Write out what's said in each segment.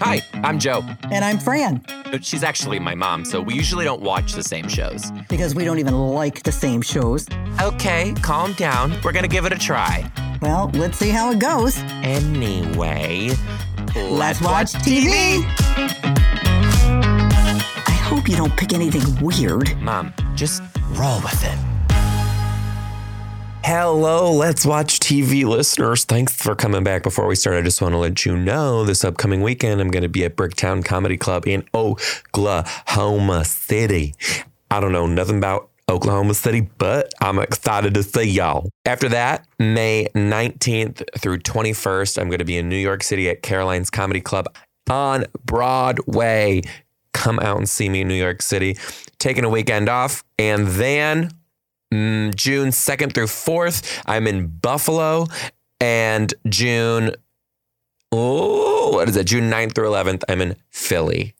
Hi, I'm Joe. And I'm Fran, But She's actually my mom, so we usually don't watch the same shows. because we don't even like the same shows. Okay, calm down. We're gonna give it a try. Well, let's see how it goes. Anyway, Let's watch TV. I hope you don't pick anything weird. Mom, just roll with it. Hello, let's watch TV listeners. Thanks for coming back. Before we start, I just want to let you know this upcoming weekend I'm going to be at Bricktown Comedy Club in Oklahoma City. I don't know nothing about Oklahoma City, but I'm excited to see y'all. After that, May 19th through 21st, I'm going to be in New York City at Caroline's Comedy Club on Broadway. Come out and see me in New York City. Taking a weekend off, and then Mm, June 2nd through 4th, I'm in Buffalo. And June, oh, what is it? June 9th through 11th, I'm in Philly.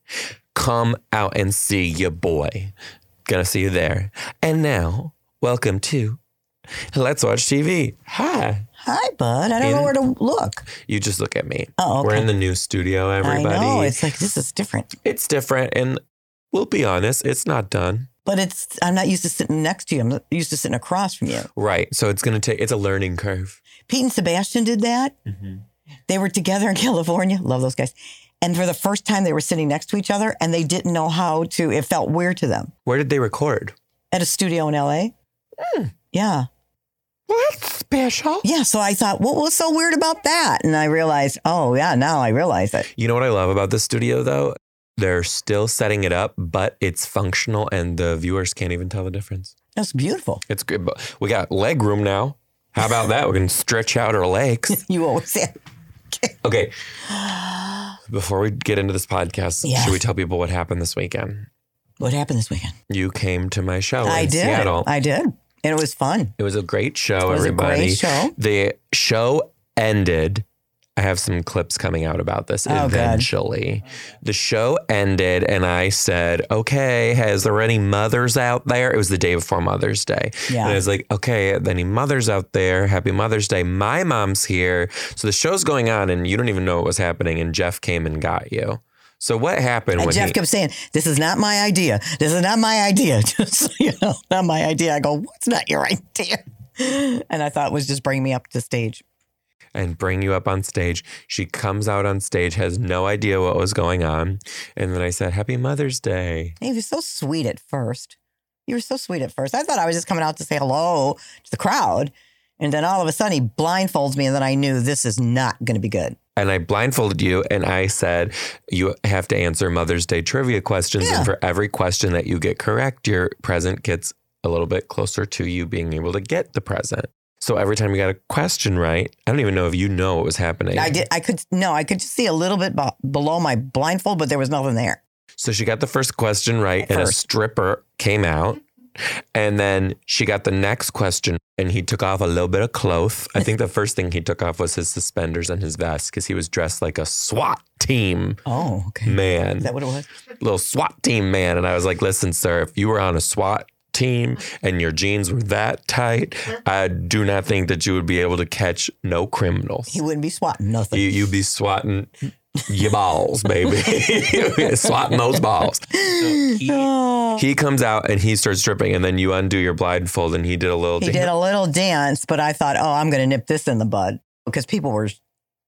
Come out and see your boy. Gonna see you there. And now, welcome to Let's Watch TV. Hi. Hi, bud. I don't know where to look. You just look at me. Oh, okay. We're in the new studio, everybody. I know. It's like, this is different. it's different. And we'll be honest, it's not done. But it's, I'm not used to sitting next to you. I'm used to sitting across from you. Right. So it's gonna take, it's a learning curve. Pete and Sebastian did that. They were together in California. Love those guys. And for the first time, they were sitting next to each other and they didn't know how to, it felt weird to them. Where did they record? At a studio in LA. Hmm. Yeah. What special? Yeah. So I thought, what was so weird about that? And I realized, oh, yeah, now I realize it. You know what I love about this studio though? They're still setting it up, but it's functional and the viewers can't even tell the difference. That's beautiful. It's good. But we got leg room now. How about that? We can stretch out our legs. You always say, Okay. Before we get into this podcast, Yeah. should we tell people what happened this weekend? what happened this weekend? You came to my show I Oh, in did. Seattle. I did. And it was fun. It was a great show, was a great everybody. show. The show ended. I have some clips coming out about this Oh, good. eventually. The show ended, and I said, Okay, is there any mothers out there? It was the day before Mother's Day. Yeah. And I was like, Okay, are there any mothers out there? Happy Mother's Day. My mom's here. So the show's going on, and you don't even know what was happening. And Jeff came and got you. So what happened And when Jeff he, kept saying, this is not my idea. This is not my idea. Just, so you know, not my idea. I go, what's not your idea? And I thought it was just bring me up to stage. and bring you up on stage. She comes out on stage, has no idea what was going on. And then I said, Happy Mother's Day. He was so sweet at first. You were so sweet at first. I thought I was just coming out to say hello to the crowd. And then all of a sudden he blindfolds me and then I knew this is not going to be good. And I blindfolded you and I said, You have to answer Mother's Day trivia questions. Yeah. And for every question that you get correct, your present gets a little bit closer to you being able to get the present. So every time you got a question right, I don't even know if you know what was happening. I did. I could no. I could just see a little bit b- below my blindfold, but there was nothing there. So she got the first question right, At and a first. stripper came out. And then she got the next question, and he took off a little bit of cloth. I think the first thing he took off was his suspenders and his vest because he was dressed like a SWAT team Oh, okay. man, Is that what it was? little SWAT team man. And I was like, listen, sir, if you were on a SWAT team and your jeans were that tight, I do not think that you would be able to catch no criminals. He wouldn't be swatting nothing. You you be swatting your balls, baby. swatting those balls. Oh. He comes out and he starts stripping, and then you undo your blindfold, and he did a little. He dance. did a little dance, but I thought, oh, I'm going to nip this in the bud because people were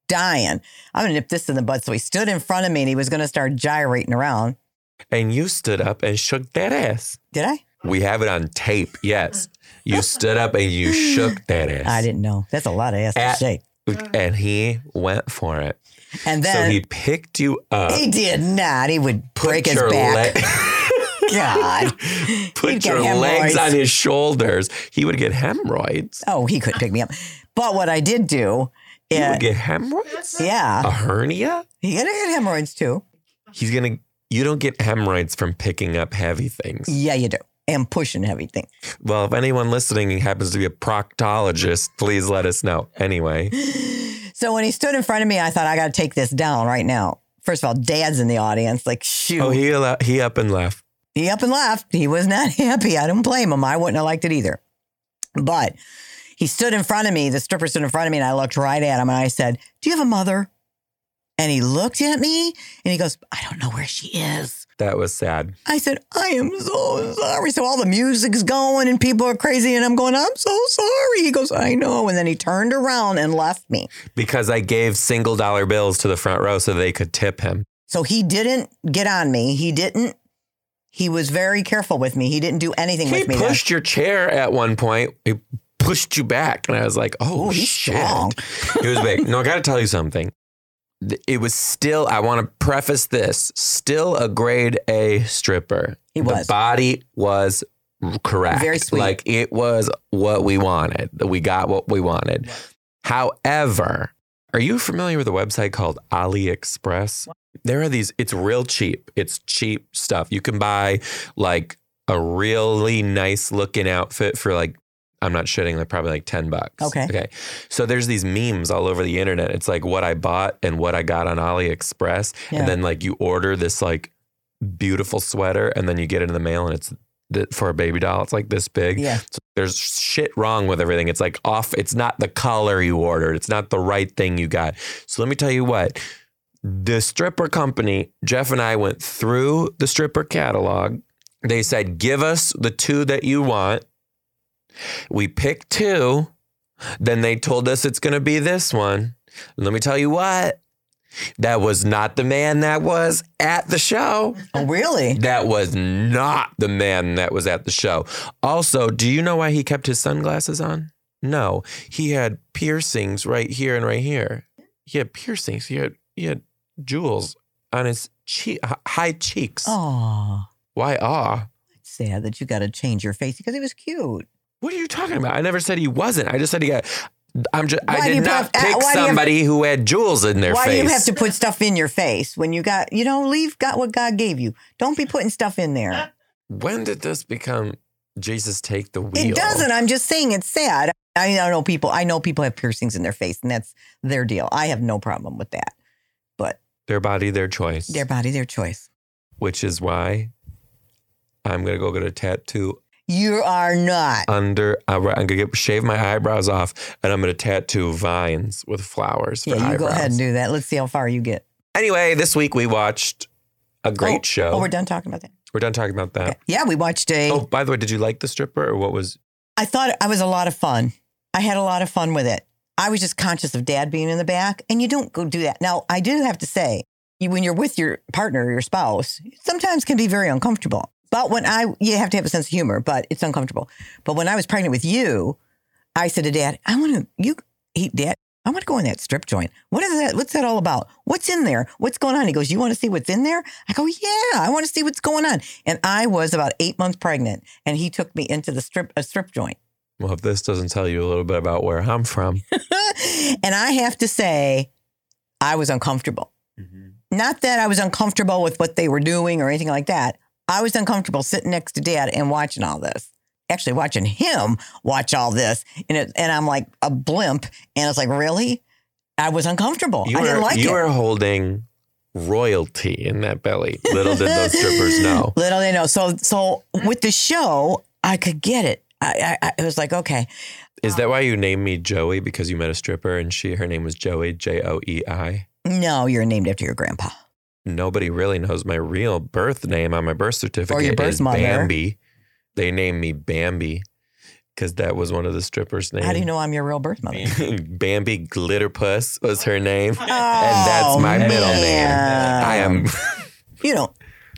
dying. I'm going to nip this in the bud. So he stood in front of me and he was going to start gyrating around. and you stood up and shook that ass. Did I? We have it on tape. Yes, you stood up and you shook that ass. I didn't know. That's a lot of ass At- to shake. And he went for it. And so then he he, picked you up. did not. He would put break his your back. le- God. He'd put get your legs hemorrhoids. on his shoulders. He would get hemorrhoids. Oh, he couldn't pick me up. But what I did do, He yeah, would Oh. get hemorrhoids. yeah, A hernia. he had had hemorrhoids too. He's gonna. You don't get hemorrhoids from picking up heavy things. Yeah, you do. And pushing everything. Well, if anyone listening happens to be a proctologist, please let us know. Anyway, So when he stood in front of me, I thought I got to take this down right now. First of all, Dad's in the audience. Like, shoot, oh, he-, he al- he up and left. up and left. He was not happy. I don't blame him. I wouldn't have liked it either. But he stood in front of me. The stripper stood in front of me, and I looked right at him, and I said, "Do you have a mother?" And he looked at me and he goes, I don't know where she is. That was sad. I said, I am so sorry. So all the music's going and people are crazy. And I'm going, I'm so sorry. He goes, I know. And then he turned around and left me. Because I gave single dollar bills to the front row so they could tip him. So he didn't get on me. He didn't. He was very careful with me. He didn't do anything He with me. then. pushed your chair at one point. He pushed you back. And I was like, oh, Ooh, he's shit. strong. It was big. No, I got to tell you something. Th- It was still, I want to preface this, still a grade A stripper. He The was. body was correct. Very sweet. Like it was what we wanted. We got what we wanted. However, are you familiar with a website called AliExpress? There are these, it's real cheap. It's cheap stuff. You can buy like a really nice looking outfit for like, I'm not shitting, like probably like 10 bucks. Okay. Okay. So there's these memes all over the internet. It's like what I bought and what I got on AliExpress. Yeah. And then like you order this like beautiful sweater and then you get it in the mail and it's th- for a baby doll. It's like this big. Yeah. So there's shit wrong with everything. It's like off. It's not the color you ordered. It's not the right thing you got. So let me tell you what. The stripper company, Jeff and I went through the stripper catalog. They said, give us the two that you want. We picked two. Then they told us it's going to be this one. Let me tell you what. That was not the man that was at the show. Oh, really? That was not the man that was at the show. Also, do you know why he kept his sunglasses on? No, he had piercings right here and right here. He had piercings. He had he had jewels on his cheek, high cheeks. Oh, Why ah? it's sad that you got to change your face because he was cute. What are you talking about? I never said he wasn't. I just said he got. I'm just. Why I do you did not have- uh, pick why do you have- somebody who had jewels in their Why face. do you have to put stuff in your face when you got, you know, leave got what God gave you. Don't be putting stuff in there. when did this become Jesus take the wheel? It doesn't. I'm just saying it's sad. I mean, I know people, I know people have piercings in their face and that's their deal. I have no problem with that. But Their body, their choice. their body, their choice. which is why I'm gonna go get a tattoo You are not. under. uh, I'm gonna get shave my eyebrows off, and I'm gonna tattoo vines with flowers. For yeah, you eyebrows. go ahead and do that. Let's see how far you get. Anyway, this week we watched a great Oh, show. Oh, we're, we're done talking about that. done talking about that. Okay. Yeah, we watched a. I Oh, by the way, did you like the stripper or what was? thought it I was a lot of fun. I had a lot of fun with it. I was just conscious of dad being in the back, and you don't go do that. Now, I do have to say, you, when you're with your partner or your spouse, it sometimes can be very uncomfortable. But when I, you have to have a sense of humor, but it's uncomfortable. But when I was pregnant with you, I said to dad, I want to, you, he, dad, I want to go in that strip joint. What is that? What's that all about? What's in there? What's going on? He goes, You want to see what's in there? I go, Yeah, I want to see what's going on. And I was about eight months pregnant, and he took me into the strip, a strip joint. Well, if this doesn't tell you a little bit about where I'm from, and I have to say, I was uncomfortable. Mm-hmm. Not that I was uncomfortable with what they were doing or anything like that. I was uncomfortable sitting next to dad and watching all this. Actually, watching him watch all this, and it, and I'm like a blimp, and it's like really, I was uncomfortable. you I were didn't like you it. were holding royalty in that belly. Little did those strippers know. Little they know. So so with the show, I could get it. I, I, I it was like okay, Is that why you named me Joey? Because you met a stripper and she her name was Joey, J O E I. no, you're named after your grandpa. Nobody really knows my real birth name on my birth certificate Or Oh, your birth is mother. Bambi. They named me Bambi because that was one of the strippers' names. How do you know I'm your real birth mother? Bambi Glitterpuss was her name. Oh, and that's my middle name. man. I am You don't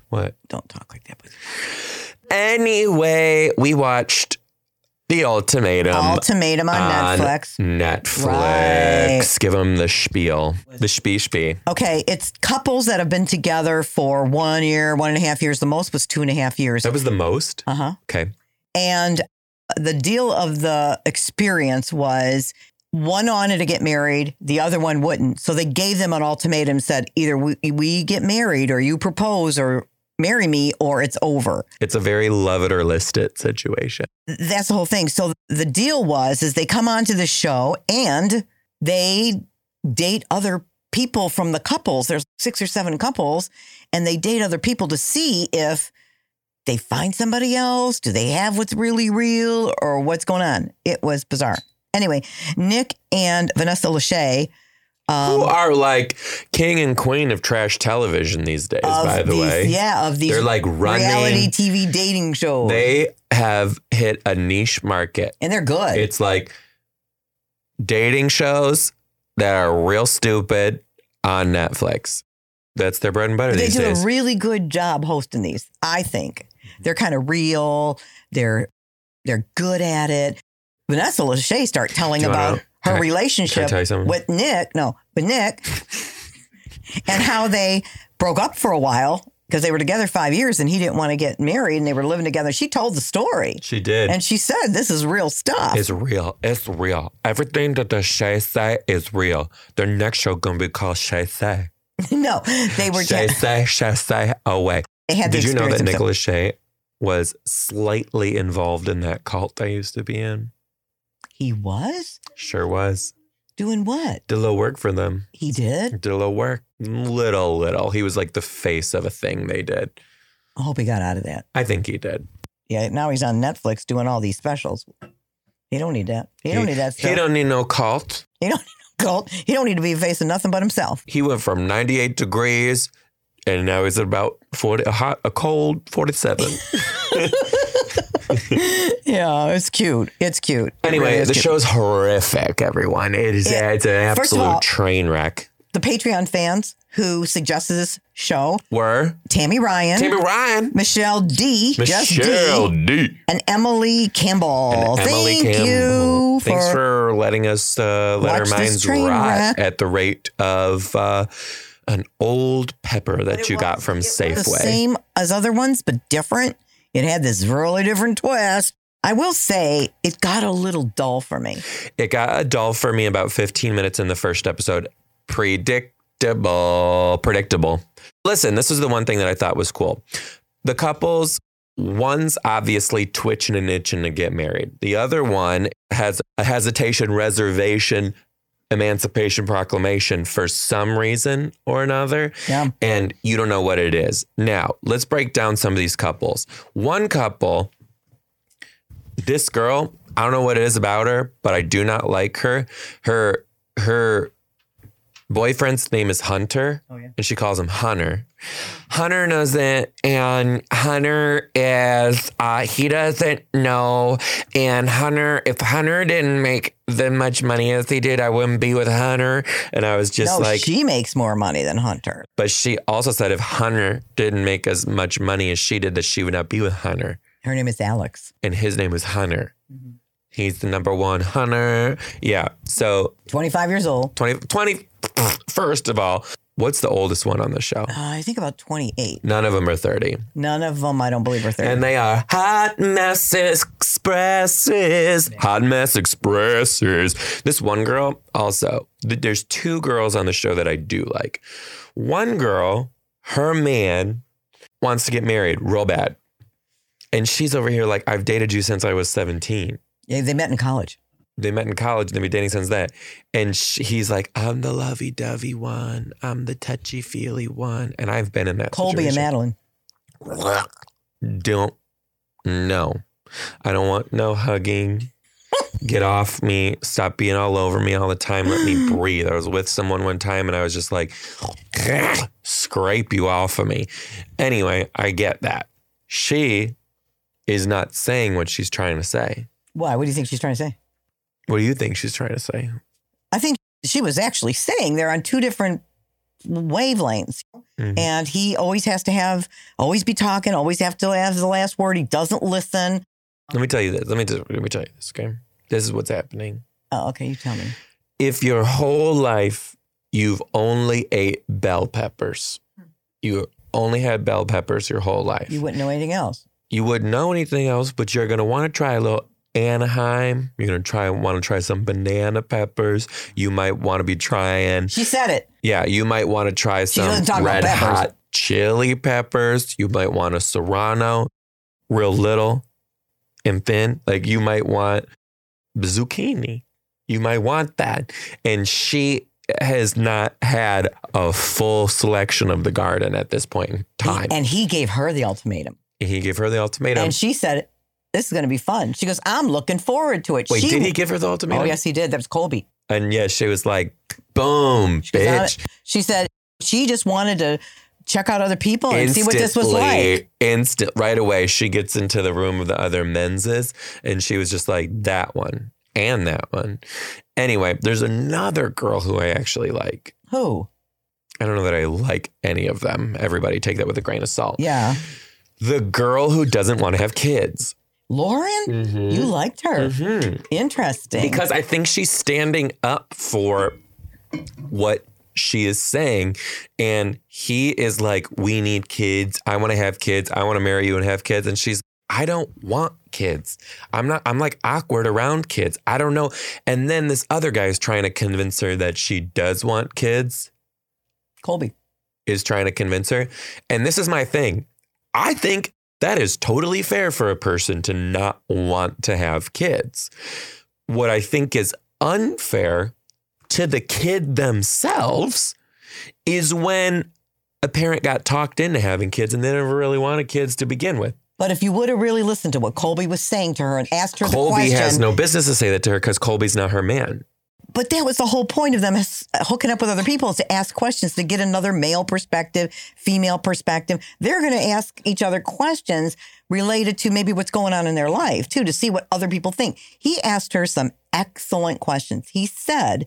what? don't talk like that. But Anyway, we watched The Ultimatum. ultimatum on, Um, on Netflix. Netflix. Give them the spiel. The spee spee. Okay, it's couples that have been together for one year, one and a half years. The most was two and a half years. That was the most? Uh huh. Okay. And the deal of the experience was one wanted to get married, the other one wouldn't. So they gave them an ultimatum said, either we, we get married or you propose or marry me or it's over. It's a very love it or list it situation. That's the whole thing. So the deal was is they come onto the show and they date other people from the couples. There's six or seven couples and they date other people to see if they find somebody else, do they have what's really real or what's going on? It was bizarre. Anyway, Nick and Vanessa Lachey um, Who are like king and queen of trash television these days, of by the these, way. yeah, of these They're like reality running. TV dating shows, They have hit a niche market. and they're good. It's like dating shows that are real stupid on Netflix. That's their bread and butter But they these do days. a really good job hosting these. I think they're kind of real. They're they're good at it. Vanessa Lachey start telling Do you wanna- about can I- her can I relationship tell you something? with Nick. No, with Nick, and how they broke up for a while because they were together five years and he didn't want to get married and they were living together. She told the story she did. and she said, "This is real stuff." It's real. It's real. Everything that the Shay say is real. Their next show gonna be called Shay Say. no, they were. Shay Say, Shay Say away. they had the Did you know that experience themselves. Nicholas Shay was slightly involved in that cult they used to be in? He was Sure was. doing what? Did a little work for them. He did. Did a little work. Little, little. He was like the face of a thing they did. I hope he got out of that. I think he did. Yeah, now he's on Netflix doing all these specials. He don't need that. He, don't need that stuff. He He don't, don't need no cult. cult. He don't need to be facing nothing but himself. He went from 98 degrees and now he's about 40, a hot, a cold 47. yeah, it's cute. It's cute. It really Anyway, is the cute. show's horrific, everyone. It is Yeah. it's an First of absolute all- train wreck. The Patreon fans who suggested this show: Were Tammy Ryan, Tammy Ryan, Michelle D, just Michelle D, D, and Emily Campbell. and Emily Thank Campbell. you Thanks for, for letting us uh, let Watch our this minds train rot wreck. at the rate of uh, an old pepper it that you got was- from the Safeway. same as other ones, but different. It had this really different twist. I will say it got a little dull for me. It got a dull for me about 15 minutes in the first episode. Predictable. Predictable. Listen, this is the one thing that I thought was cool. The couples, one's obviously twitching and itching to get married. The other one has a hesitation, reservation, emancipation proclamation for some reason or another Yeah. and you don't know what it is. Now, let's break down some of these couples. One couple, this girl, I don't know what it is about her, but I do not like her. Her her boyfriend's name is Hunter, Oh, yeah. and she calls him Hunter. Hunter knows it, and Hunter is uh, he doesn't know. And Hunter, if Hunter didn't make that much money as he did, I wouldn't be with Hunter. And I was just no, like, she makes more money than Hunter. but she also said if Hunter didn't make as much money as she did, that she would not be with Hunter. Her name is Alex. And his name was Hunter. He's the number one Hunter. Yeah. So 25 years old. 20, 20, first of all, what's the oldest one on the show? Uh, I think about 28. None of them are 30. None of them, I don't believe, are 30. And they are Hot Messes Expresses. Hot Mess Expresses. This one girl, also, th- there's two girls on the show that I do like. One girl, her man wants to get married real bad. And she's over here like, I've dated you since I was 17. yeah, they met in college. They met in college and they've been dating since that. And sh he's like, I'm the lovey dovey one. I'm the touchy feely one. And I've been in that Colby situation and Madeline. don't no. I don't want no hugging. Get off me. Stop being all over me all the time. Let me breathe. I was with someone one time and I was just like, scrape you off of me. Anyway, I get that. She is not saying what she's trying to say. Why? What do you think she's trying to say? What do you think she's trying to say? I think she was actually saying they're on two different wavelengths. Mhm. And he always has to have, always be talking, always have to have the last word. He doesn't listen. Let me tell you this. Let me just, let me tell you this, okay? This is what's happening. Oh, okay, you tell me. if your whole life you've only ate bell peppers, you only had bell peppers your whole life, Hmm. You wouldn't know anything else. you wouldn't know anything else, but you're gonna want to try a little Anaheim. You're gonna try want to try some banana peppers. You might want to be trying, She said it. yeah, you might want to try some doesn't talk about red peppers. hot chili peppers. You might want a serrano, real little and thin. Like you might want zucchini. You might want that. And she has not had a full selection of the garden at this point in time. And he gave her the ultimatum. he gave her the ultimatum. And she said, This is going to be fun. She goes, I'm looking forward to it. Wait, she, did he give her the ultimatum? Oh, yes, he did. That was Colby. And yeah, she was like, boom, She was on bitch. it. She said she just wanted to check out other people Oh, and see what this was like. Instant, right away, she gets into the room of the other menses, and she was just like that one and that one. Anyway, there's another girl who I actually like. Who? I don't know that I like any of them. Everybody take that with a grain of salt. Yeah. The girl who doesn't want to have kids. Lauren? You liked her. Mhm. Interesting. Mm-hmm. Because I think she's standing up for what she is saying. And he is like, We need kids. I want to have kids. I want to marry you and have kids. And she's, I don't want kids. I'm not, I'm like awkward around kids. I don't know. And then this other guy is trying to convince her that she does want kids, Colby. is trying to convince her. And this is my thing. I think that is totally fair for a person to not want to have kids. What I think is unfair to the kid themselves is when a parent got talked into having kids and they never really wanted kids to begin with. But if you would have really listened to what Colby was saying to her and asked her the Colby question, has no business to say that to her because Colby's not her man. but that was the whole point of them s- hooking up with other people is to ask questions to get another male perspective, female perspective. They're going to ask each other questions related to maybe what's going on in their life too, to see what other people think. He asked her some excellent questions. He said,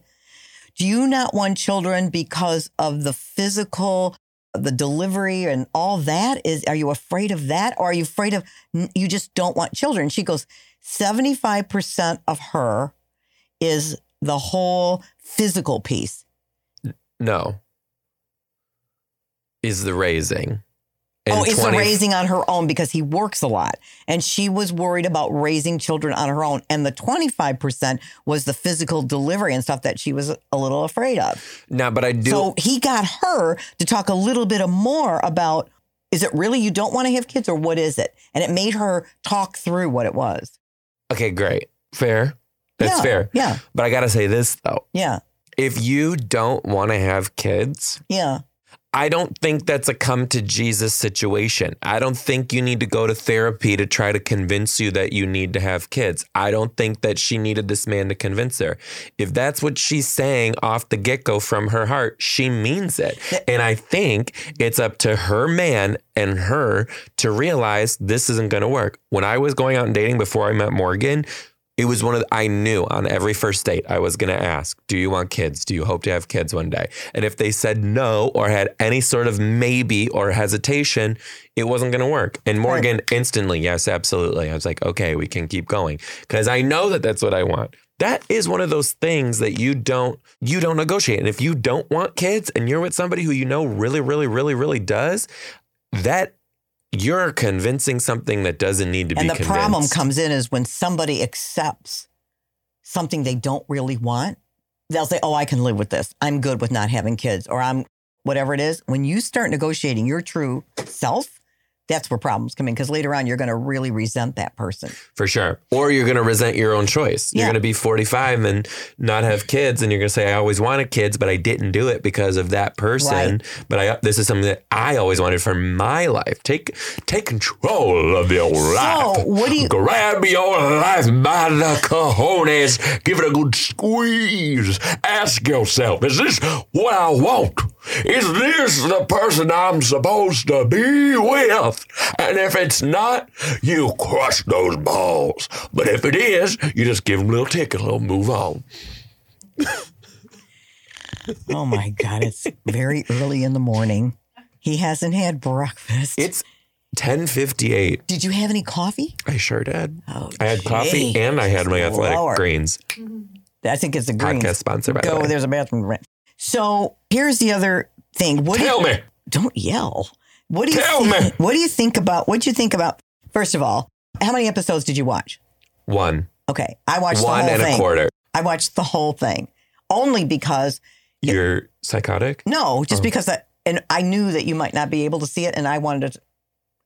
"Do you not want children because of the physical?" the delivery and all that is are you afraid of that or are you afraid of you just don't want children she goes 75% of her is the whole physical piece. No. Is the raising. And oh, it's the 20 raising on her own because he works a lot. And she was worried about raising children on her own. And the 25% was the physical delivery and stuff that she was a little afraid of. No, but I do. so he got her to talk a little bit more about is it really you don't want to have kids or what is it? And it made her talk through what it was. okay, great. Fair. That's Yeah, fair. Yeah. But I gotta say this though. Yeah. If you don't wanna have kids, Yeah. I don't think that's a come to Jesus situation. I don't think you need to go to therapy to try to convince you that you need to have kids. I don't think that she needed this man to convince her. If that's what she's saying off the get go from her heart, she means it. And I think it's up to her man and her to realize this isn't going to work. When I was going out and dating before I met Morgan, it was one of the, I knew on every first date I was going to ask, "Do you want kids? Do you hope to have kids one day?" And if they said no or had any sort of maybe or hesitation, it wasn't going to work. And Morgan instantly, "Yes, absolutely." I was like, "Okay, we can keep going." Cuz I know that that's what I want. That is one of those things that you don't you don't negotiate. And if you don't want kids and you're with somebody who you know really really really really does, that you're convincing something that doesn't need to be And the convinced. problem comes in is when somebody accepts something they don't really want, they'll say, Oh, I can live with this. I'm good with not having kids, or I'm whatever it is. When you start negotiating your true self, that's where problems come in because later on you're going to really resent that person. For sure. Or you're going to resent your own choice. You're Yeah. going to be 45 and not have kids. And you're going to say, I always wanted kids, but I didn't do it because of that person. But I, this is something that I always wanted for my life. Take, take control of your life. what do you- grab your life by the cojones? Give it a good squeeze. Ask yourself, is this what I want? Is this the person I'm supposed to be with? And if it's not, you crush those balls. But if it is, you just give them a little tick and they'll move on. Oh my God, it's very early in the morning. He hasn't had breakfast. It's 1058. Did you have any coffee? I sure did. Oh, I had coffee gee. and I had my athletic Lord. greens. I think it's a green. Podcast sponsor, by the Go, way. there's a bathroom. rent. So here's the other thing. What do you- Tell me. don't yell. What do you Tell think, me. What do you think about? What do you think about? First of all, how many episodes did you watch? One. Okay, I watched One the whole and thing. a quarter. I watched the whole thing only because You're psychotic? no, just Oh. because I and I knew that you might not be able to see it, and I wanted to,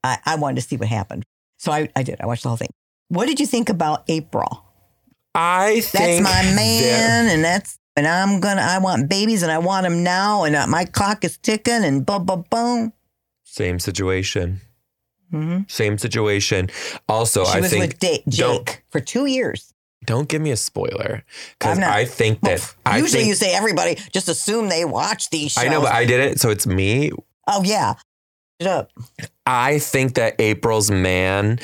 I, I wanted to see what happened. So I, I did. I watched the whole thing. What did you think about April? I That's think my that- man, and that's and I'm gonna. I want babies, and I want them now, and uh, my clock is ticking, and blah blah boom. Same situation. Mm-hmm. Same situation. Also, She I was think with Da- Jake don't- for two years. Don't give me a spoiler because I'm not- I think that I Usually think you say everybody just assume they watch these shows. I know, but I did it, so it's me. oh yeah. It up. I think that April's man,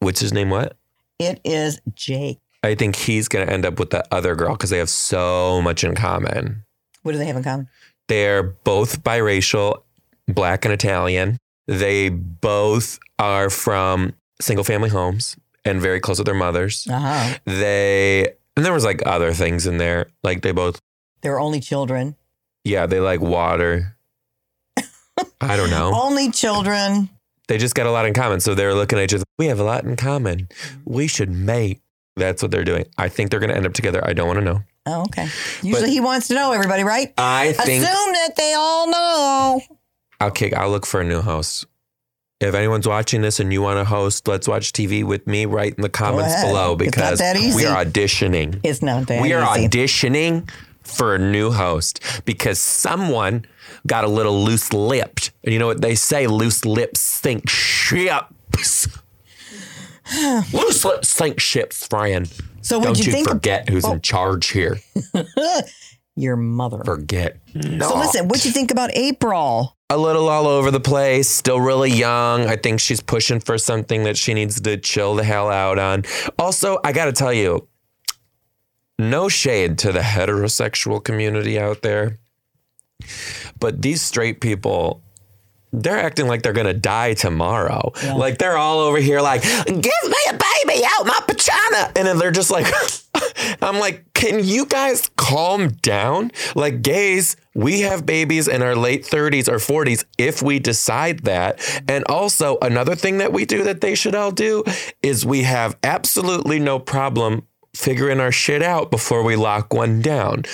what's his name? What? It is Jake. I think he's gonna end up with the other girl because they have so much in common. What do they have in common? They're both biracial, black and Italian. They both are from single family homes and very close with their mothers. Uh-huh. They and there was like other things in there. Like they both They're only children. yeah, they like water. I don't know. Only children. They just got a lot in common. So they're looking at each other. We have a lot in common. Mm-hmm. We should mate. That's what they're doing. I think they're gonna end up together. I don't wanna know. Oh, okay. Usually he wants to know everybody, right? I think assume that they all know. I'll kick. I'll look for a new host. If anyone's watching this and you want to host, let's watch TV with me. Write in the comments ahead. below It's not because that easy. we are auditioning. It's not that we are easy. auditioning for a new host because someone got a little loose lipped. And you know what they say? Loose lips sink ships. loose lips sink ships, Ryan. So what'd Don't you you, think of- forget who's Oh. in charge here. Your mother. Forget. No. So listen, what'd you think about April? a little all over the place, still really young. I think she's pushing for something that she needs to chill the hell out on. Also, I gotta tell you, no shade to the heterosexual community out there, but these straight people. They're acting like they're gonna die tomorrow. Like they're all over here, like, give me a baby out my pachana. And then they're just like, I'm like, can you guys calm down? Like, gays, we have babies in our late 30s or 40s if we decide that. And also, another thing that we do that they should all do is we have absolutely no problem figuring our shit out before we lock one down.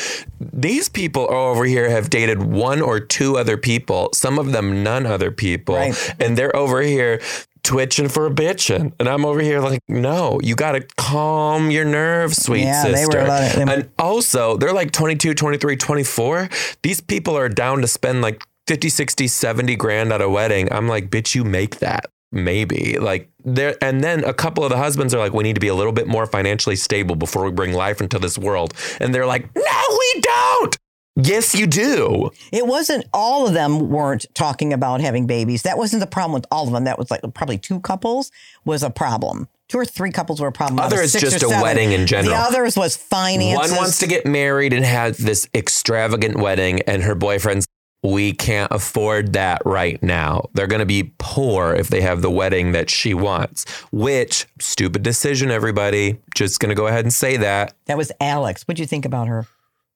These people over here have dated one or two other people, some of them none other people, Right. and they're over here twitching for a bitchin'. And I'm over here like, no, you got to calm your nerves, sweet Yeah, they were sister. about it. They- And also, they're like 22, 23, 24. These people are down to spend like 50, 60, 70 grand at a wedding. I'm like, bitch, you make that. Maybe like there, and then a couple of the husbands are like, We need to be a little bit more financially stable before we bring life into this world. And they're like, No, we don't. Yes, you do. It wasn't all of them weren't talking about having babies. That wasn't the problem with all of them. That was like probably two couples was a problem. Two or three couples were a problem. Out of Other is six or just a seven. wedding in The general. others was finances. One wants to get married and have this extravagant wedding, and her boyfriend's, we can't afford that right now. They're going to be poor if they have the wedding that she wants, which, stupid decision, everybody. Just going to go ahead and say that. that was Alex. What'd you think about her?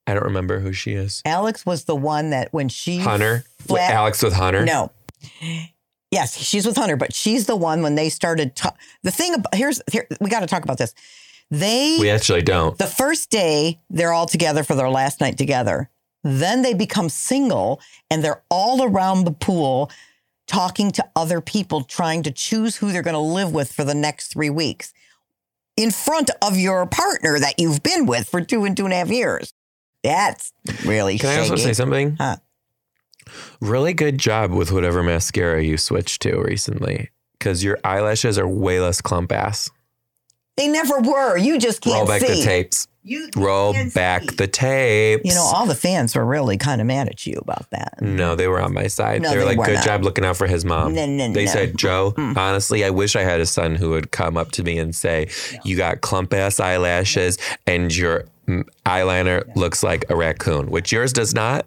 I don't remember who she is. Alex was the one that when she Hunter? Wait, Flat- Alex with Hunter? No. Yes, she's with Hunter, but she's the one when they started. Ta- the thing about here's here we got to talk about this. They We actually don't. the first day they're all together for their last night together. Then they become single and they're all around the pool talking to other people, trying to choose who they're going to live with for the next three weeks in front of your partner that you've been with for two and two and a half years. That's really Can I also shaky. say something? Huh. Really good job with whatever mascara you switched to recently because your eyelashes are way less clump ass. They never were. You just can't Roll back see. the tapes. You Roll can't back see. the tapes. You know, all the fans were really kind of mad at you about that. no, they were on my side. No, they were they like, were good not. job looking out for his mom. No, no, they no. said, Joe, honestly, I wish I had a son who would come up to me and say, you got clump ass eyelashes and your mm, eyeliner looks like a raccoon, which yours does not.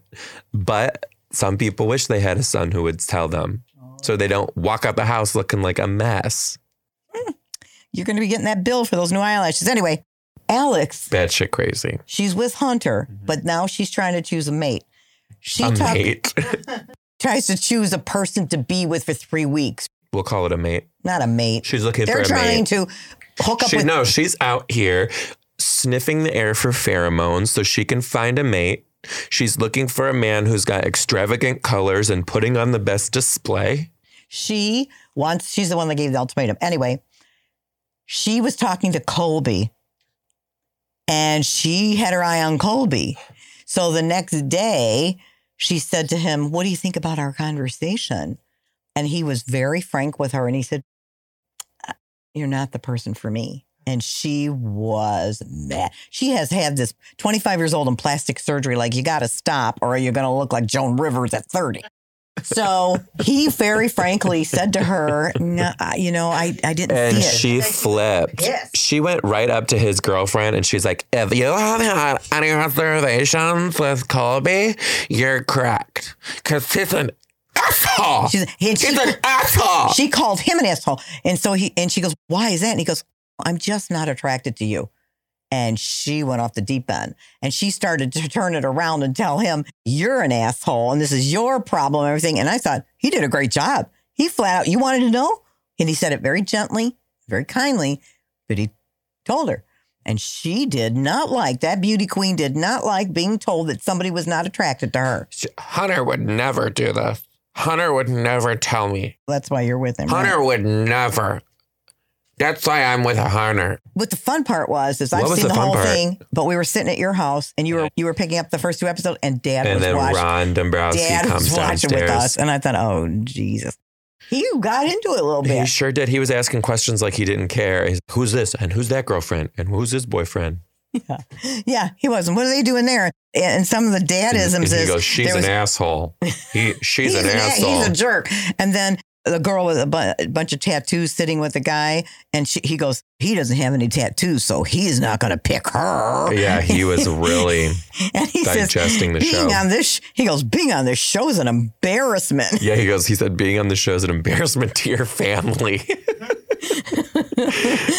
But some people wish they had a son who would tell them so they don't walk out the house looking like a mess. You're going to be getting that bill for those new eyelashes. Anyway, Alex, Bad shit crazy. she's with Hunter, but now she's trying to choose a mate. She Mm-hmm. a talk- mate. tries to choose a person to be with for three weeks, we'll call it a mate. not a mate. She's looking for They're a mate. trying to hook up She, with. no, she's out here sniffing the air for pheromones so she can find a mate. She's looking for a man who's got extravagant colors and putting on the best display. She wants, she's the one that gave the ultimatum. Anyway, she was talking to Colby and she had her eye on Colby. So the next day, she said to him, What do you think about our conversation? "Uh, And he was very frank with her and he said, You're not the person for me. and she was mad. She has had this 25 years old and plastic surgery. Like, you got to stop or you're going to look like Joan Rivers at 30. So he very frankly said to her, "No, I- you know, I, I didn't And see she it. flipped. pissed. She went right up to his girlfriend and she's like, If you have had any reservations with Colby, you're correct. Because he's an asshole. She's, and she, he's an asshole. she called him an asshole. And so he and she goes, Why is that? And he goes, I'm just not attracted to you. And she went off the deep end and she started to turn it around and tell him, You're an asshole and this is your problem, and everything. And I thought, he did a great job. He flat out, you wanted to know? And he said it very gently, very kindly, but he told her. And she did not like that beauty queen did not like being told that somebody was not attracted to her. Hunter would never do this. Hunter would never tell me. That's why you're with him. right? Hunter would never. That's why I'm with Hunter. What the fun part was is What I've was seen the, the fun whole part? thing, but we were sitting at your house and you were you were picking up the first two episodes and Dad And was then watching. Ron Dombrowski Dad comes was watching with downstairs. us, and I thought, oh Jesus, he got into it a little He bit. sure did. He was asking questions like he didn't care. He's, who's this? And who's that girlfriend? And who's this boyfriend? yeah, he was. And what are they doing there? And some of the dadisms and he is goes, she's there an was- asshole. He, she's an, a- asshole. He's a jerk. And then the girl with a, bu- a bunch of tattoos sitting with a guy, and she, he goes, he doesn't have any tattoos, so he's not going to pick her. yeah, he was really. and he digesting the says, being show. on this, sh- he goes, being on this show is an embarrassment. Yeah, he goes. He said, "Being on the show is an embarrassment to your family." oh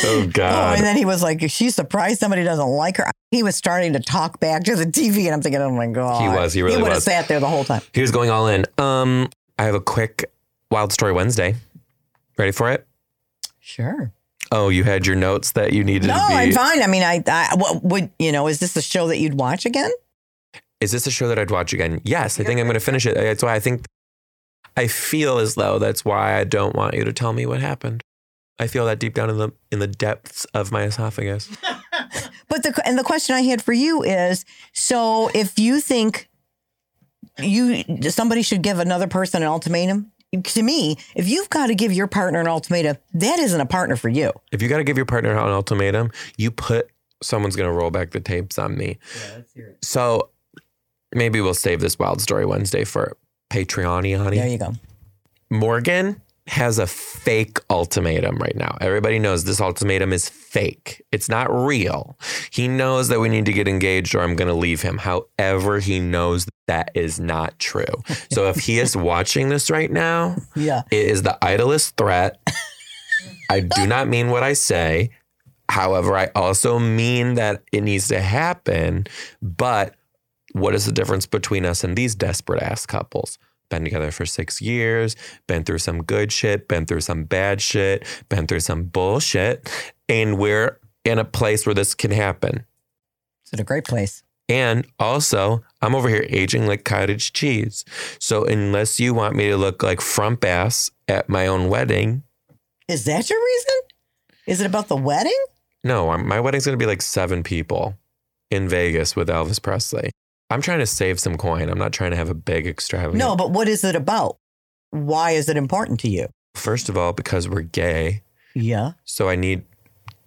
Oh, God! and then he was like, "Is she surprised somebody doesn't like her?" He was starting to talk back to the TV, and I'm thinking, "Oh my god, He was, he really would have was. sat there the whole time." he was going all in. Um, I have a quick wild story Wednesday. Ready for it? Sure. Oh, you had your notes that you needed No, to be. I'm fine. I mean, I, I what would you know? Is this a show that you'd watch again? Is this a show that I'd watch again? Yes, I think I'm going to finish it. That's why I think I feel as though that's why I don't want you to tell me what happened. I feel that deep down in the in the depths of my esophagus. But the and the question I had for you is: so if you think you somebody should give another person an ultimatum, to me, if you've got to give your partner an ultimatum, that isn't a partner for you. If you got to give your partner an ultimatum, you put someone's going to roll back the tapes on me. So maybe we'll save this wild story Wednesday for Patreon. honey. There you go. Morgan has a fake ultimatum right now. Everybody knows this ultimatum is fake. It's not real. He knows that we need to get engaged or I'm going to leave him. However, he knows that is not true. So if he is watching this right now, Yeah. it is the idlest threat. I do not mean what I say. However, I also mean that it needs to happen. But what is the difference between us and these desperate ass couples? Been together for six years, been through some good shit, been through some bad shit, been through some bullshit. And we're in a place where this can happen. It's in a great place. And also, I'm over here aging like cottage cheese. So unless you want me to look like frump ass at my own wedding, Is that your reason? Is it about the wedding? no, I'm, my wedding's gonna be like seven people in Vegas with Elvis Presley. I'm trying to save some coin. I'm not trying to have a big extravagant. No, but what is it about? Why is it important to you? First of all, because we're gay, Yeah. so I need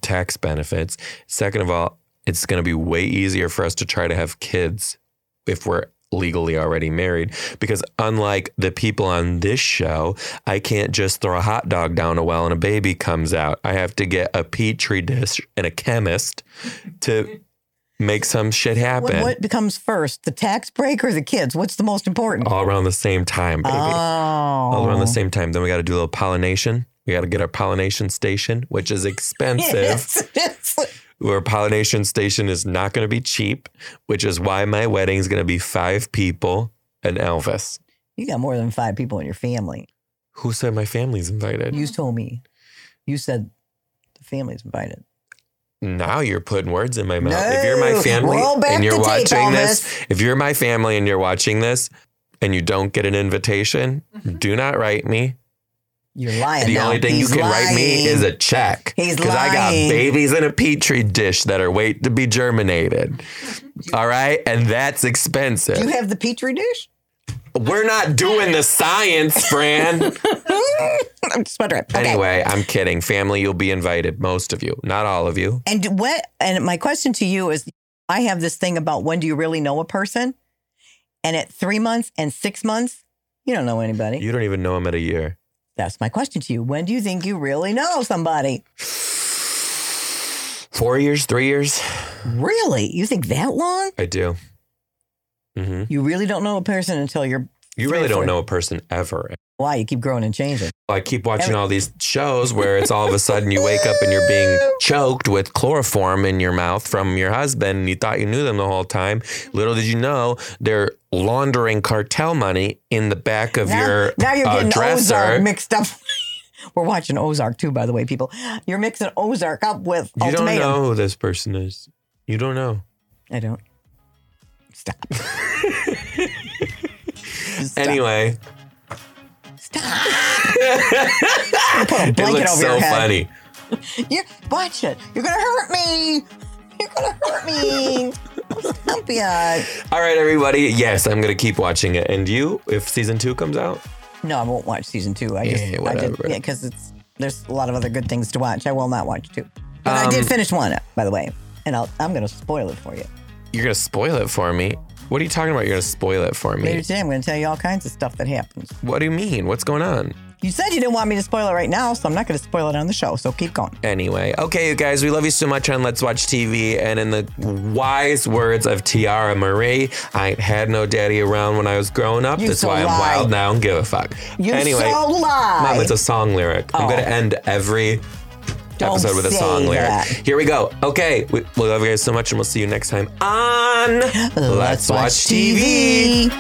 tax benefits. Second of all, it's gonna be way easier for us to try to have kids if we're legally already married. Because unlike the people on this show, I can't just throw a hot dog down a well and a baby comes out. I have to get a petri dish and a chemist to make some shit What, happen. what becomes first, the tax break or the kids? What's the most important? Oh. All around the same time, Oh, baby. All around the same time. Then we got to do a little pollination. We got to get our pollination station, which is expensive. Yes, yes. Where pollination station is not going to be cheap, which is why my wedding is going to be five people and Elvis. You got more than five people in your family. Who said my family's invited? You told me. You said the family's invited. Now you're putting words in my mouth. if you're my No. family Roll back and you're the tape, watching this, if you're my family and you're watching this and you don't get an invitation, do not write me. You're lying. The now. only thing you Mm-hmm. He's can write me lying. is a check. He's I got lying. babies in a petri dish that are wait to be germinated. All right, and that's Do you expensive. have the petri dish? We're not doing the science, Fran. I'm just wondering. Okay. Anyway, I'm kidding. Family, you'll be invited. Most of you, not all of you. And what? And my question to you is, I have this thing about when do you really know a person? And at three months and six months, you don't know anybody. You don't even know him at a year. That's my question to you. When do you think you really know somebody? Four years, three years. Really? You think that long? I do. hmm You really don't know a person until you're You Three really or four. don't know a person ever. why you keep growing and changing. I keep watching all these shows where it's all of a sudden you wake up and you're being choked with chloroform in your mouth from your husband and you thought you knew them the whole time. Little did you know they're laundering cartel money in the back of now, your now you're uh, getting dresser. Ozark mixed up. We're watching Ozark too, by the way, people. You're mixing Ozark up with You Ultimatum. don't know who this person is. You don't know. I don't. Stop. Stop. Anyway, Stop. Put a it blanket looks over so your head. funny. You watch it. You're gonna hurt me. You're gonna hurt me. Stop it. All right, everybody. Yes, I'm gonna keep watching it. And you, if season two comes out, No, I won't watch season two. I just, Yeah, I did, whatever. yeah, because it's there's a lot of other good things to watch. I will not watch two, but I Um, did finish one, by the way, and I'll, I'm gonna spoil it for you. you're gonna spoil it for me. What are you talking about? You're gonna spoil it for Later me. today, I'm gonna tell you all kinds of stuff that happens. What do you mean? What's going on? You said you didn't want me to spoil it right now, so I'm not gonna spoil it on the show. So keep going. Anyway, okay, you guys, we love you so much on Let's Watch TV. And in the wise words of Tiara Marie, I ain't had no daddy around when I was growing up. You That's so why I'm lie. wild now and give a fuck. You anyway, so lie. Mom, it's a song lyric. I'm Oh. going to end every Don't episode with a say song lyric. that. Here we go. Okay, we, we love you guys so much, and we'll see you next time on Let's, Watch TV.